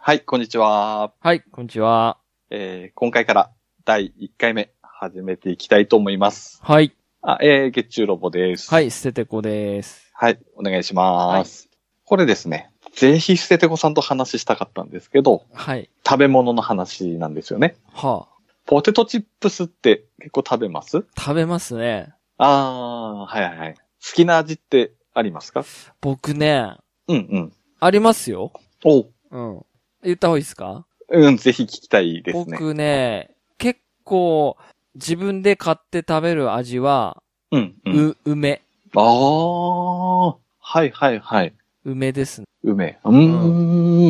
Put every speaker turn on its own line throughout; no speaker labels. はい、こんにちは。
はい、こんにちは。
えー、今回から第1回目始めていきたいと思います。
はい。
あ、えー、月中ロボです。。
はいい、捨ててこです。
はい、お願いします。これですね、ぜひ捨ててこさんと話したかったんですけど、
はい。
食べ物の話なんですよね。
は
ポテトチップスって結構食べます
あ、食べますね。
あー、はいはいはい。好きな味ってありますか
僕ね、
うんうん。
ありますよ。
おう
うん。言った方がいいですか
うん、ぜひ聞きたいですね。
僕ね、結構、自分で買って食べる味は、
うん、
う
うん。、
梅。
あー、はいはいはい。
梅ですね。
梅。うー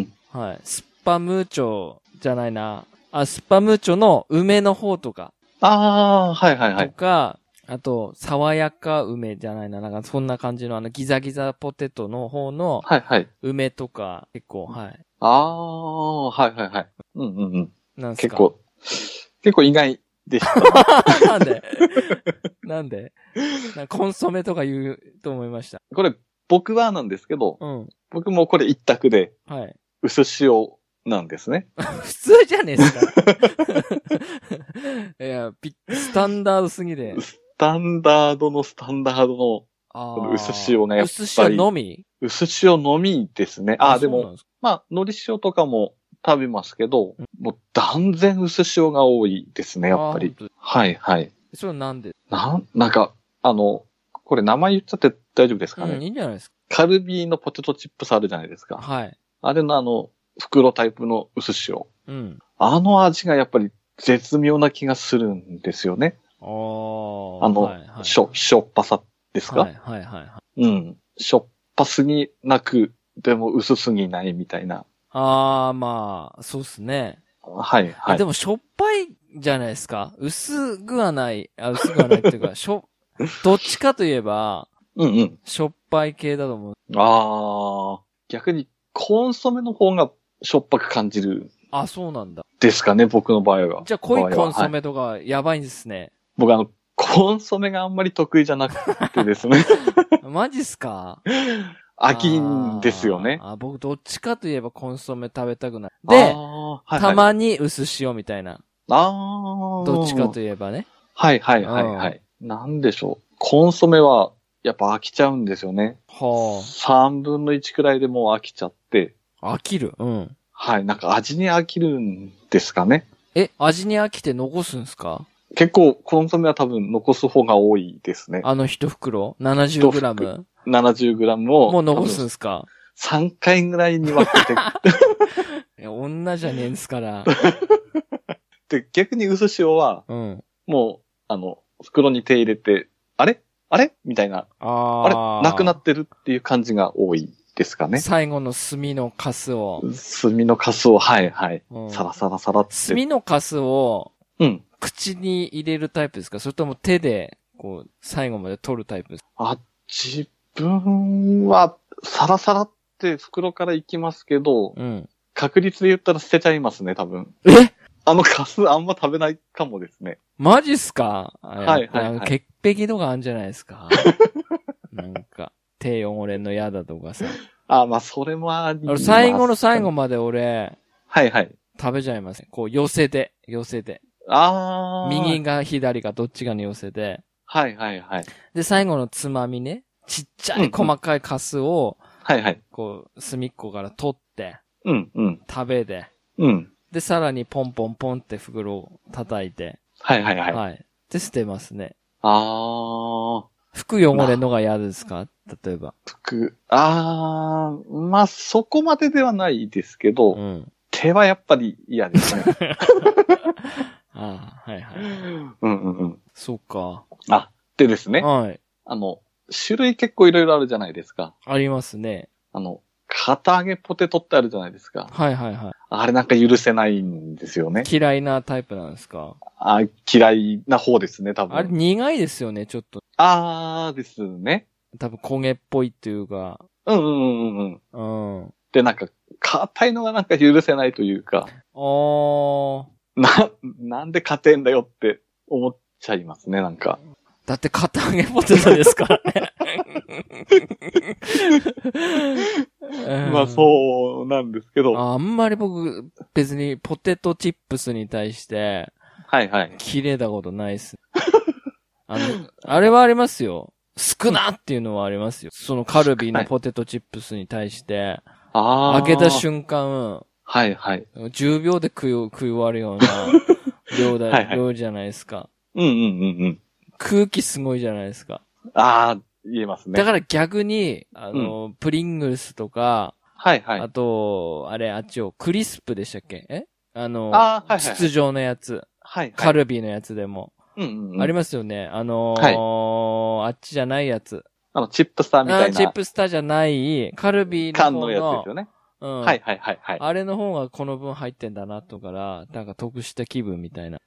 ん。
はい。スパムーチョじゃないな。あ、スパムーチョの梅の方とか、
あー、はいはいは
と
い。
か、あと、爽やか梅じゃないな。なんか、そんな感じの、あの、ギザギザポテトの方の
はいはい。
梅とか、結構、はい。
ああ、はいはいはい。うんうんうん。
なんすか
結構、結構意外でした。
なんで なんでなんかコンソメとか言うと思いました。
これ、僕はなんですけど、
うん。
僕もこれ一択で、
はい。
薄塩なんですね。
普通じゃねえっす か。いや、ピスタンダードすぎで。
スタンダードのスタンダード
あ
の
ー
薄塩がやっ
薄
ぱ
塩
り、
のみ
薄塩のみですね。ああ、で
そうなん
も、
すか
まあ、海苔塩とかも食べますけど、もう断然薄塩が多いですね、やっぱ
あー
り。
ほんと
はいはい。
それはなんで
なん、なんか、あの、これ名前言っちゃって大丈夫です
う
かね、
ん、いいんじゃないです
カルビーのポテトチップスあるじゃないです
か。
か。
はい。
あれのあの、袋タイプの薄塩。
うん。
あの味がやっぱり絶妙な気がするんですよね。
あー。
あの
はいはい、
しょ、しょっぱさですか、
はいはいはいはい。
うん。しょっぱすぎなく、でも薄すぎないみたいな。
あー、まあ、そうっすね。
はい、はい。
でもしょっぱいじゃないですか。薄くはない。あ、薄くはないって いうか、しょ、どっちかといえば、
うんうん。
しょっぱい系だと思う。
あー、逆にコンソメの方がしょっぱく感じる
あ、そうなんだ。
ですかね、僕の場合は。
じゃあ濃い
場合は
コンソ
はい
メとかやばいんです ね。
僕あの、コンソメがあんまり得意じゃなくてです ね。
マジっすか
飽きんですよね。
あー、僕どっちかといえばコンソメ食べたくない。
あ
で
ー、はいはい
たまに薄塩みたいな。
ああ。
どっちかといえばね。
はいはいはいはい。なんでしょう。コンソメは、やっぱ飽きちゃうんですよね。
は
三分の一くらいでもう飽きちゃって、
あ。飽きる。うん。
はい、なんか味に飽きるんですかね。
え、味に飽きて残すんすか
結構、コンソメは多分残す方が多いですね。
あの一袋 ?70g?
70グラムを。
もう残すんすか
多分 ?3 回ぐらいに分け
いや、女じゃねえんすから。
て、で逆に薄塩は、
うん。
もう、あの、袋に手入れて、あれあれみたいな、
あ
あれなくな
っ
ってるっていう感じが多いですかね。
最後の炭のカスを。
炭のカスを、はいはい。
うん
サラサラサラって。
炭のカスを
うん。
口に入れるタイプですかそれとも手で、こう、最後まで取るタイプですか
あ、自分は、サラサラって袋から行きますけど、
うん。
確率で言ったら捨てちゃいますね、多分。
え
あのカスあんま食べないかもですね。
マジっすかはい
はいはい
潔癖とかあるんじゃないで すかなんか、手汚れんの嫌だとかさ。
あ、まあ、それもあり
俺
ます
最後の最後。まで俺、
はいはい。
食べちゃいますね。こう、寄せて、寄せて。
あー。
右。が左かどっちかに寄せて。
はいはいはい。
で、最後のつまみね。ちっちゃい細かいカスを、
はいはい。
こう、隅っこから取って、
うんうん。
食べて、
うん。
で、さらにポンポンポンって袋を叩いて、
はいはいは。
はいい。で、捨てますね。
あー。
服汚れんのが嫌ですか例えば。
服、あー、まあ、そこまでではないですけど、
うん。
手はやっぱり嫌ですね。
ああ、はいはい。
うんうんうん。
そうか。
あ、でですね。
はい。
あの、種類結構いろいろあるじゃないですか。
ありますね。
あの、片揚げポテトってあるじゃないですか。
はいはいは
あれなんか許せないんですよね。
い。嫌いなタイプなんですか
あ嫌いな方ですね、多
あれ
分。
苦いですよね、ちょっと。
あーですね。
多分焦げっぽいっていうか。
うんうんうんうん。
うん。あ
で、なんか、硬いのがなんか許せないというか、
ー。
な、なんで硬いんだよって思っちゃいますね、なんか。
だっ て片揚げポテトですからね。
まあそうなんですけど。
あんまり僕、別にポテトチップスに対して、
はいはい。
切れたことないっす。 あの、あれはありますよ。少なっていうのはありますよ。そのカルビーのポテトチップスに対して、
ああ。
開けた瞬間、
はいはい。
10秒で食い、食い終わるような 量だ、
はいはい
量じゃないですか。
うんうんうんうん。
空気すごいじゃないですか。
ああ、言えますね。
だから逆に、あの、プリングルスとか、
はいはい
あ。と、あれ、あっちを、クリスプでしたっけえあの、
あーはいはい
筒状のやつ、
はい
カ
はい。
ルビーのやつでも、
うんうん。
あ
あ
り
り
ますよね。あのーあっちじゃないやつ。
あの、チップスター
あ
みたい
ーチッ
な
プスターじゃない、カルビーの方
缶
の
のやつですよね。
うん
はいはいはいはい。あ
あれの方がこの分入ってんだなとから、なんか得した気分みたいな。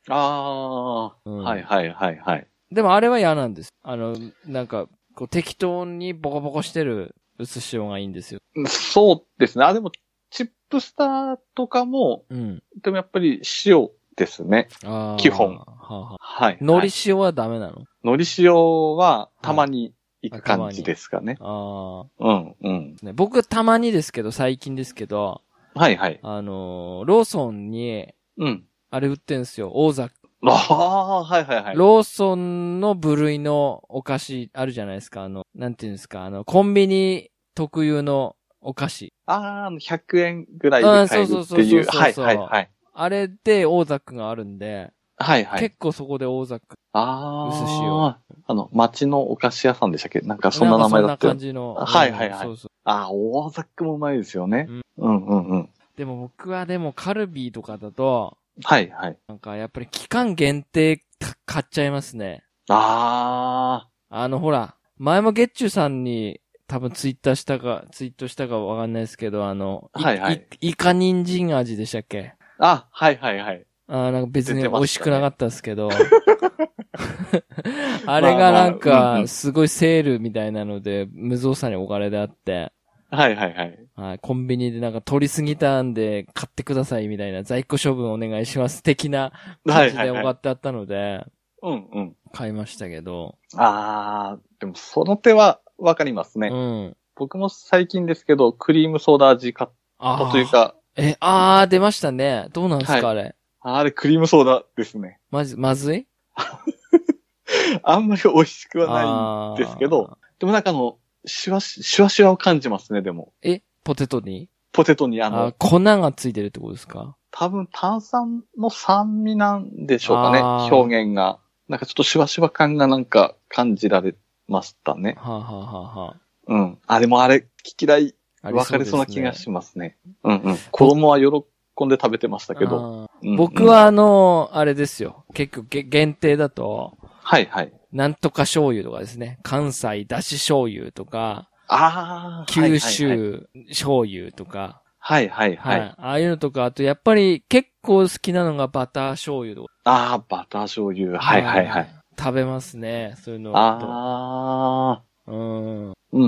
あ
う
ー。
ん
はいはいはいはい。
でもあれは嫌なんです。あの、なんか、こう適当にボコボコしてる薄塩がいいんですよ。
そうですね。あ、でも、チップスターとかも、
うん。
でもやっぱり塩ですね。
あー
基本
はあはあ
はい。
海苔
はい、
塩はダメなの
海苔塩は、たまに行く感じですかね。
あ
うんうん。
あ、ね。僕たまにですけど、最近ですけど、
はいはい。
あのーローソンに、
うん。
あれ売ってんすよ。王座
ああー、はいはいはい。
ローソンの部類のお菓子あるじゃないですか。あの、なんていうんですか。あの、コンビニ特有のお菓子。
ああ、100円ぐらいで買えるっていう。
あーそうそうそうそうそう
はいはいはい。
あれで大ザックがあるんで、
はいはい。
結構そこで大ザック。
ああ。
薄塩
あの、町のお菓子屋さんでしたっけなんかそんな名前だ
なん
っ
かそ
たよ
んな感。じの。
はいはいはい
そうそう。
ああ、大ざっくもうまいですよね
うん。
うんうんうん。
でも僕はでもカルビーとかだと、
はいはい。
なんかやっぱり期間限定か買っちゃいますね。
あ
あのほら、前もゲッチュさんに多分ツイッターしたか、ツイートしたかわかんないですけど、あの、
はいはい
イカ人参味でしたっけ
あ。あ、はいはいはい。
あーなんか別に
出てまし
美
たね
味しくなかったです けど。あれ
まあ
がなん
まあうんう
か、
ん
すごいセールみたいなので、無造作にお金であって、
はいはいはい。
はい、コンビニでなんか取りすぎたんで買ってくださいみたいな、在庫処分お願いします的
は
な感
い
じ
は
で
い
お
は
金
い。
ってあったので、
うんうん。
買いましたけど、
ああ、でもその手はわかりますね。
うん。
僕も最近ですけど、クリームソーダ味買っ
あ
た
あ。
というか、
え、ああ、出ましたね。どうなんですか、
はい
あれ。
あれクリームソーダですね。
まず、まずい
あんまり美味しくはない。
あー
ですけど。でもなんかあの、シュワシュシュワシュワを感じますね、でも。
え、ポテトに
ポテトにあ
あ
の、
ー粉がついてるってことですか
多分炭酸の酸味なんでしょうかね、
あー
表現が。なんかちょっとシュワシュワ感がなんか感じられましたね。
はあ、はあはあはあ、
うん。あ、でもあれ、嫌い、
あり
分かれ
です
そうな気が
ね
しますね。うんうん。子供は喜んで食べてましたけど。
あー
うんうん
僕、はあの、あれですよ。結局げ限定だと、
はいはい。
なんとか醤油とかですね。関西だし醤油とか、
ああ。
九。州醤油とか、
はいはいは。
はいい。ああいうのとか、あとやっぱり結構好きなのがバター醤油とか。
ああ、バター醤油。はいはいはい。。
食べますね。そういうのと。
ああ。
うん。
うんうんう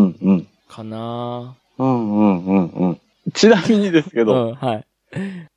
んうん。
かな
うんうんうんうん。ちなみにですけ
う
ど、
ん、はい。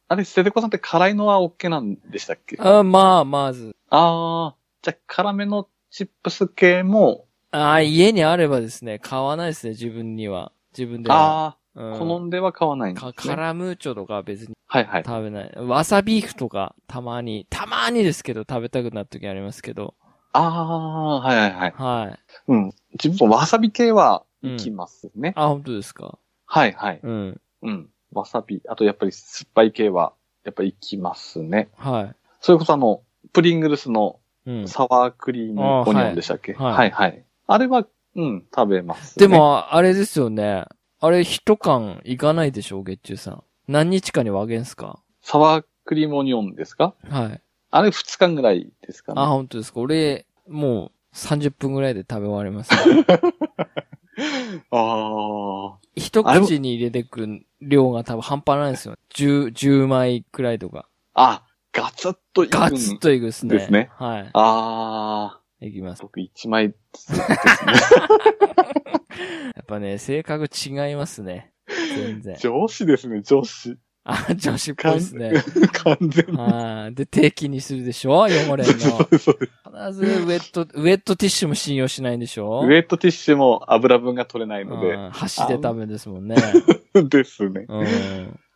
あれ、セテコさんって辛いのは OK なんでしたっけあ
あまあ、まず。
あー、じゃあ辛めのチップス系も、
ああ、家にあればですね、買わないですね、自分には。自分では。
あ
う
あ、
ん
好んでは買わないんです、
か
ね。
カラムーチョとかは別に
はいはい。
食べない。わさビーフとか、たまに、たまにですけど、食べたくなる時ありますけど。
ああ、はいはいはい。
はい。
うん。自分もわさび系はいきますね。
あ、本当ですか。
はいはい。
うん。
うん。わさび、あとやっぱり酸っぱい系は、やっぱりいきますね。
は
それこそあの、プリングルスの
い。うん。
サワークリーム
あー
オニオンでしたっけ、
は
は
い
い、はいはいあれは、うん、食べます、ね。
で、も、あれですよね。あれ、一缶いかないでしょ、月中さん。何日かに分けんすか
サワークリームオニオンですか
はい。
あれ2日ぐらいですかね。
あ、本当ですか。俺、もう、30分ぐらいで食べ終わります、
あ
一
あれも
口に入れてくる量が多分半端ないんですよ。10、10枚くらいとか。
あ。あ、ガツッといくん
ガツッといくですね。
ですね
は
ああ。
い。いきます。
僕1枚。
やっぱね、性格違いますね。全然。
上司ですね、上司。
あ、女子っぽいですね。
完全に。
あーで、定期にするでしょ汚れんの。
そうですそうです
必ずウェット、ウェットティッシュも信用しないんでしょ
ウェットティッシュも油分が取れないの
うん箸でダメですもんね。
で。ですね。
うん。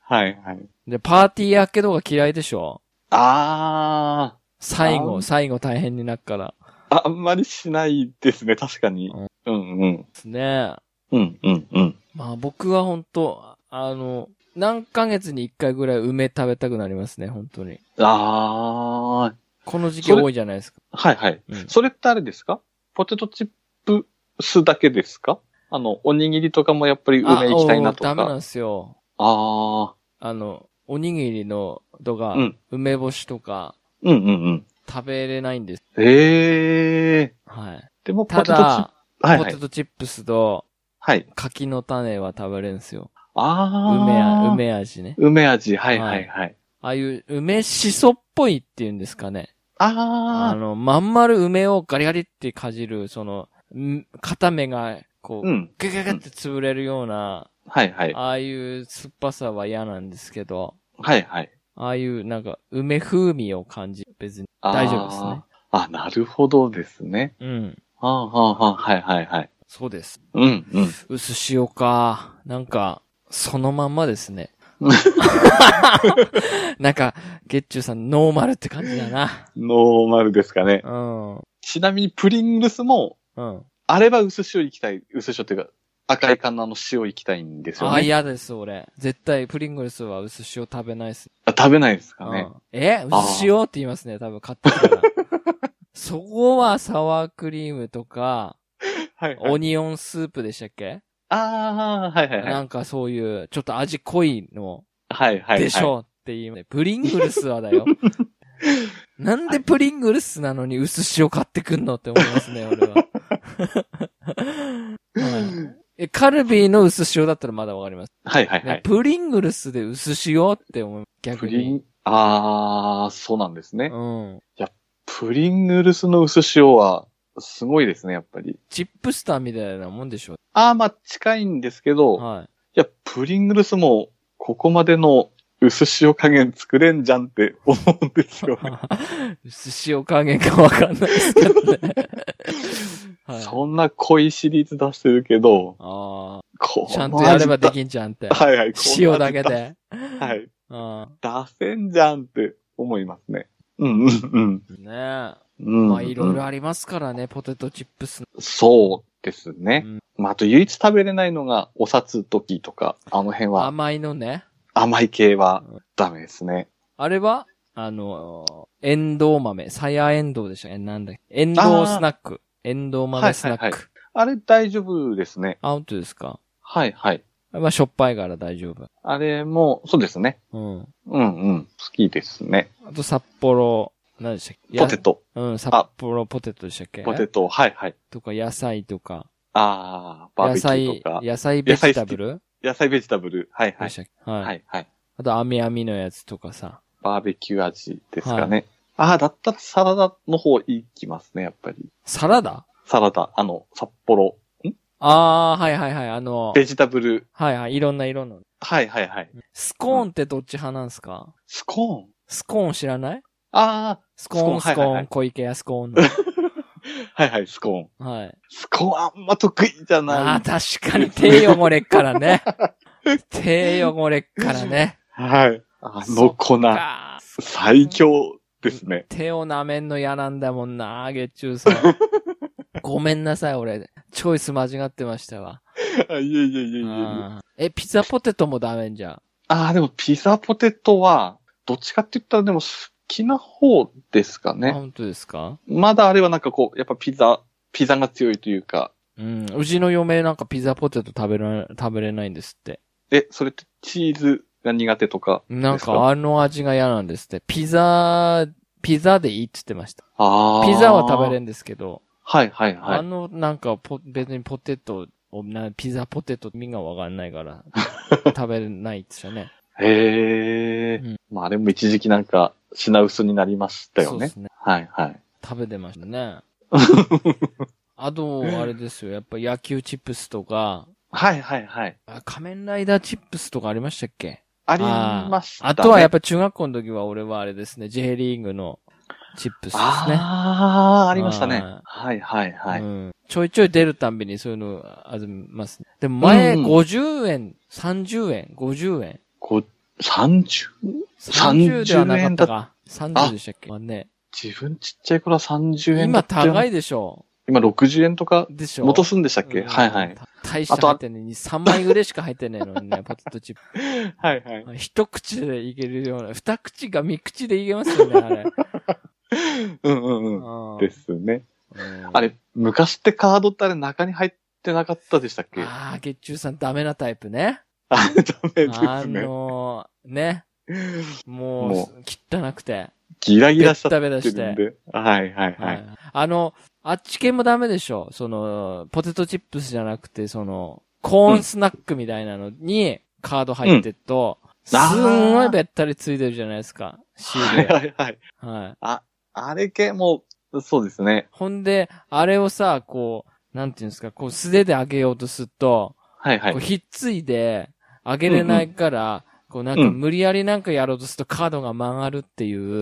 はいはい。
で、パーティーやけどが嫌いでしょ
あ
最
あ
後、
ー
最後大変になっから。
ー、あんまりしないですね、確かに。うんうん。
ですね。
うんうんうん。
まあ僕は本当あの、何ヶ月に一回ぐらい梅食べたくなりますね、本当に。
あー、
この時期
それ
多いじゃないですか。
はいはい。
うん
それってあれですかポテトチップスだけですかあの、おにぎりとかもやっぱり梅行きたいなと
あおーダメ
か。
なんですよ。
ああ
あの、おにぎりのとか、
うん
梅干しとか
ー、うんうんうん。
食べれないんです。
ええ
はい。
ー。でもポ
た
テトチッ
だ、
プ、はい
ポ
は
テ
い。
トチップスと
はい。
柿の種は食べれるんですよ。梅
あ
や、
あ。。
梅味ね。
梅味、はいはいはい。
ああいう梅しそっぽいっていうんですかね。あ
あ
の、まん丸梅をガリガリってかじる、その、ん片目が、こ
あ。
う、
うん。
ガガガって潰れるような、
はいはい。
ああいう酸っぱさは嫌なんですけど、
はいはい。
ああいうなんか、梅風味を感じ、別に
あー
大丈夫ですね。。
あ、なるほどですね。
うん。
はあはあはあ、はいはいはい。
そうです。
うんうん。
薄塩か。なんか、そのまんまですね。 なんか、月中さんノーマルって感じだな。
ノーマルですかね。
うん。
ちなみにプリングスも、
うん。
あれば薄塩行きたい、薄塩っていうか、赤い缶のあの塩行きたいんですよ
あ、
ね。
嫌です、俺。絶対、プリングルスは薄塩食べないっす。
あ食べないですか
う
ね。
ん、え薄塩って言いますね、多分買ってきたら。 そこはサワークリームとか、
はい、はい。
オニオンスープでしたっけ、
ああ、はいはいは。
ないんかそういう、ちょっと味濃いの、
はいはい、はい。
でしょうっていう、プリングルスは だよ。なんでプリングルスなのに薄塩買ってくんのって思いますね、俺は。はいえカルビーの薄塩だったらまだわかります、
はいはい
ね
はい。
プリングルスで薄塩って思う。
プ
逆
リ
に。
ン、ああ、そうなんですね。
うん。
プリングルスの薄塩は、すごいですね、やっぱり。
チップスターみたいなもんでしょ
ああ、まあ近いんですけど、い、
はい。
や、プリングルスも、ここまでの薄塩加減作れんじゃんって思うんですよね。
薄塩加減かわかんないですけどね。はい。
そんな濃いシリーズ出してるけど、
あ
こ
あ。ちゃんとやればで
る。
きんじゃんって。
はいはい。こんな
塩
味
だけ
出
で。
せ。はい。
あ
出せんじゃんって思いますね。うんうんうん。
あ。ねえ。
うん、
まあ、いろいろありますからね、ポテトチップス。
そうですね。
うん
まあ、あと唯一食べれないのが、お札時とか、あの辺は、
甘いのね。
甘い系はダメですね。
あれはあの、エンドウ豆。サヤエンドウでしたっけなんだっけエンドウスナック。エンドウ豆スナック。
はいはいあれ大丈夫ですね。
アウトですか
はいはい。
まあ、しょっぱいから大丈夫。
あれも、そうですね。
うん。
うんうん。好きですね。
あと、札幌、何でしたっけ
ポテト。
うん、札幌ポテトでしたっけ
ポテト。はいはい。
とか野菜とか。
あー、バー
野
ベキュー
菜
とか、。
野菜ベジタブル
野菜ベジタブル。はいは
で
い
し。たっけはい。
はいはい。
あと、網網のやつとかさ。
バーベキュー味ですかね。ああ、だったらサラダの方いきますね、やっぱり。
サラダ
サラダ、あの、札幌、
あー、はいはいはい。あの、
ベジタブル。
はいはい。いろんな色の。
はいはいはい。
スコーンってどっち派なんすか
スコーン。
スコーン知らない
あ
スコーン、
スコー
ス
ンはい
コ
はいは
ー
い
ン、小池屋スコーン
あ、はいはい、スコーン。
の。はい。
スコーンあん ま得意じゃ
あ
な
あ、確かに手汚れっか らね。手汚れっからね。
い。はい。あ
そ
の
っ
粉、
か
最強ですね。
手を舐めんの嫌なんだもんな、月中 さん。ごめんなさい、俺。チョイス間違ってましたわ。
あいえいえいえいえいえ。
あーえ、ピザポテトもダメじゃん。
ああ、でもピザポテトは、どっちかって言ったらでも好きな方ですか
あ
ね。
本当ですか
まだあれはなんかこう、やっぱピザ、ピザが強いというか、
うん。うちの嫁なんかピザポテト食べら食べれないんですって。
え、それってチーズが苦手とか。
なん
です
か
か
あの味が嫌なんですって。ピザ、ピザでいいって言ってました。
ああ。
ピザは食べれ
る。
んですけど、
はいはいは
あ
い。
のなんかポ別にポテトをな、ピザポテト意味がわかんな いから、食べれないって言ってたね。
へえ、
うん
まああれも一時期なんか品薄になりましたよ
そうで
ね。
すね。
はいはい。
食べてました ね。あと、あれですよ。やっぱ野球チップスとか、
はいはいはい。
あ仮面ライダーチップスとかありましたっけ
ありました、ね。
あとはやっ
ぱ
ぱ中学校の時は俺はあれですね、J リーグのチップスですね。
ああ、ありましたね
はい。
はいはいはい。
うんちょいちょい出るたんびにそういうのあずますね。でも前
うん
50円、30円、50円。
こう、30?
30ではなかったか。
だ
30でしたっけまあね。
自分ちっちゃい頃は30円だ
今
ったよ
高
ね
いでしょ。
今60円とか、
でしょ。
元すんでしたっけ、
うん
はいはい。。
大して入ってねえのに、3枚ぐらいしか入ってねえのにね、 ポテトチップ
はいはい。
一口でいけるような、二口が三口でいけますよね、あれ。
うんうんうん。
あ
で
ー
すね。
うん
あれ、昔ってカードってあれ中に入ってなかったでしたっけあ
あー、月中さんダメなタイプね。
ダメで
あ
すね。
のー、ね。も
も
う、汚くて。
ギラギ
ベ
ラしち
ッ
ゃっ
タベタ
て
し
るん
て。
で。はいはいは。
はいい。あの、あっち系もダメでしょ。その、ポテトチップスじゃなくて、その、コーンスナックみたいなのに、カード入ってっと、す
あー
んごいべったりついてるじゃないですか。シー
は
ル
い
が。
はいはい。
はい。
あれ系も、そうですね。
ほんで、あれをさ、こう、なんていうんですか、こう素手で上げようとすると、
はいは
こう
い。
ひっついで上げれないから、こうなんか
うん
無理やりなんかやろうとするとカードが曲がるっていう、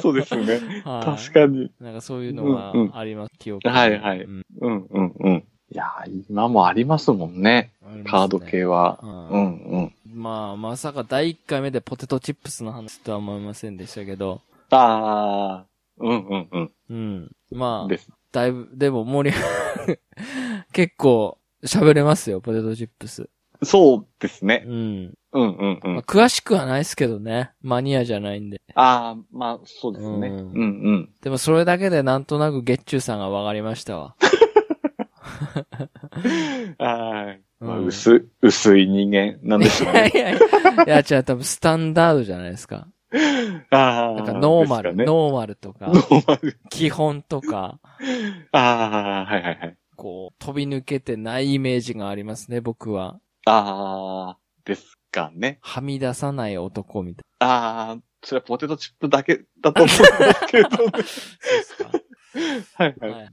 そうですね。
は
確かに。
い。なんかそういうのがあります、記憶に。
はいはい
うん
うんうんうん。いやー、今もありますもんね。カード。系は。
あります
う
ね
んうん。
うんまあ、まさか第1回目でポテトチップスの話とは思いませんでしたけど、
ああ、うんうんう
うん。ま
ん。
あ
で、す。
だいぶ、でも盛り、 結構喋れますよ、ポテトチップス。
そうですね。
うん。
うんうんう
まあ、
ん。
詳しくはないですけどね。マニアじゃないんで。
ああ、まあ、そうですね。
う
うんんうん。
でもそれだけでなんとなく月中さんが分かりましたわ。
はい。まあ、
うん
薄い、薄い人間なんでしょう
いや
ね。
いやいや、いや違う、多分スタンダードじゃないですか。
ああ。
なんかノーマル、
ですかね
ノーマルとか
ノ、ーマル。
基本とか、
ああ、はいはいはい。
こう、飛び抜けてないイメージがありますね、僕は。
ああ、ですかね。
はみ出さない男みたい
ああ、それはポテトチップだけだと思うんですけど、ね。
な。そうですか
はいはい。
はい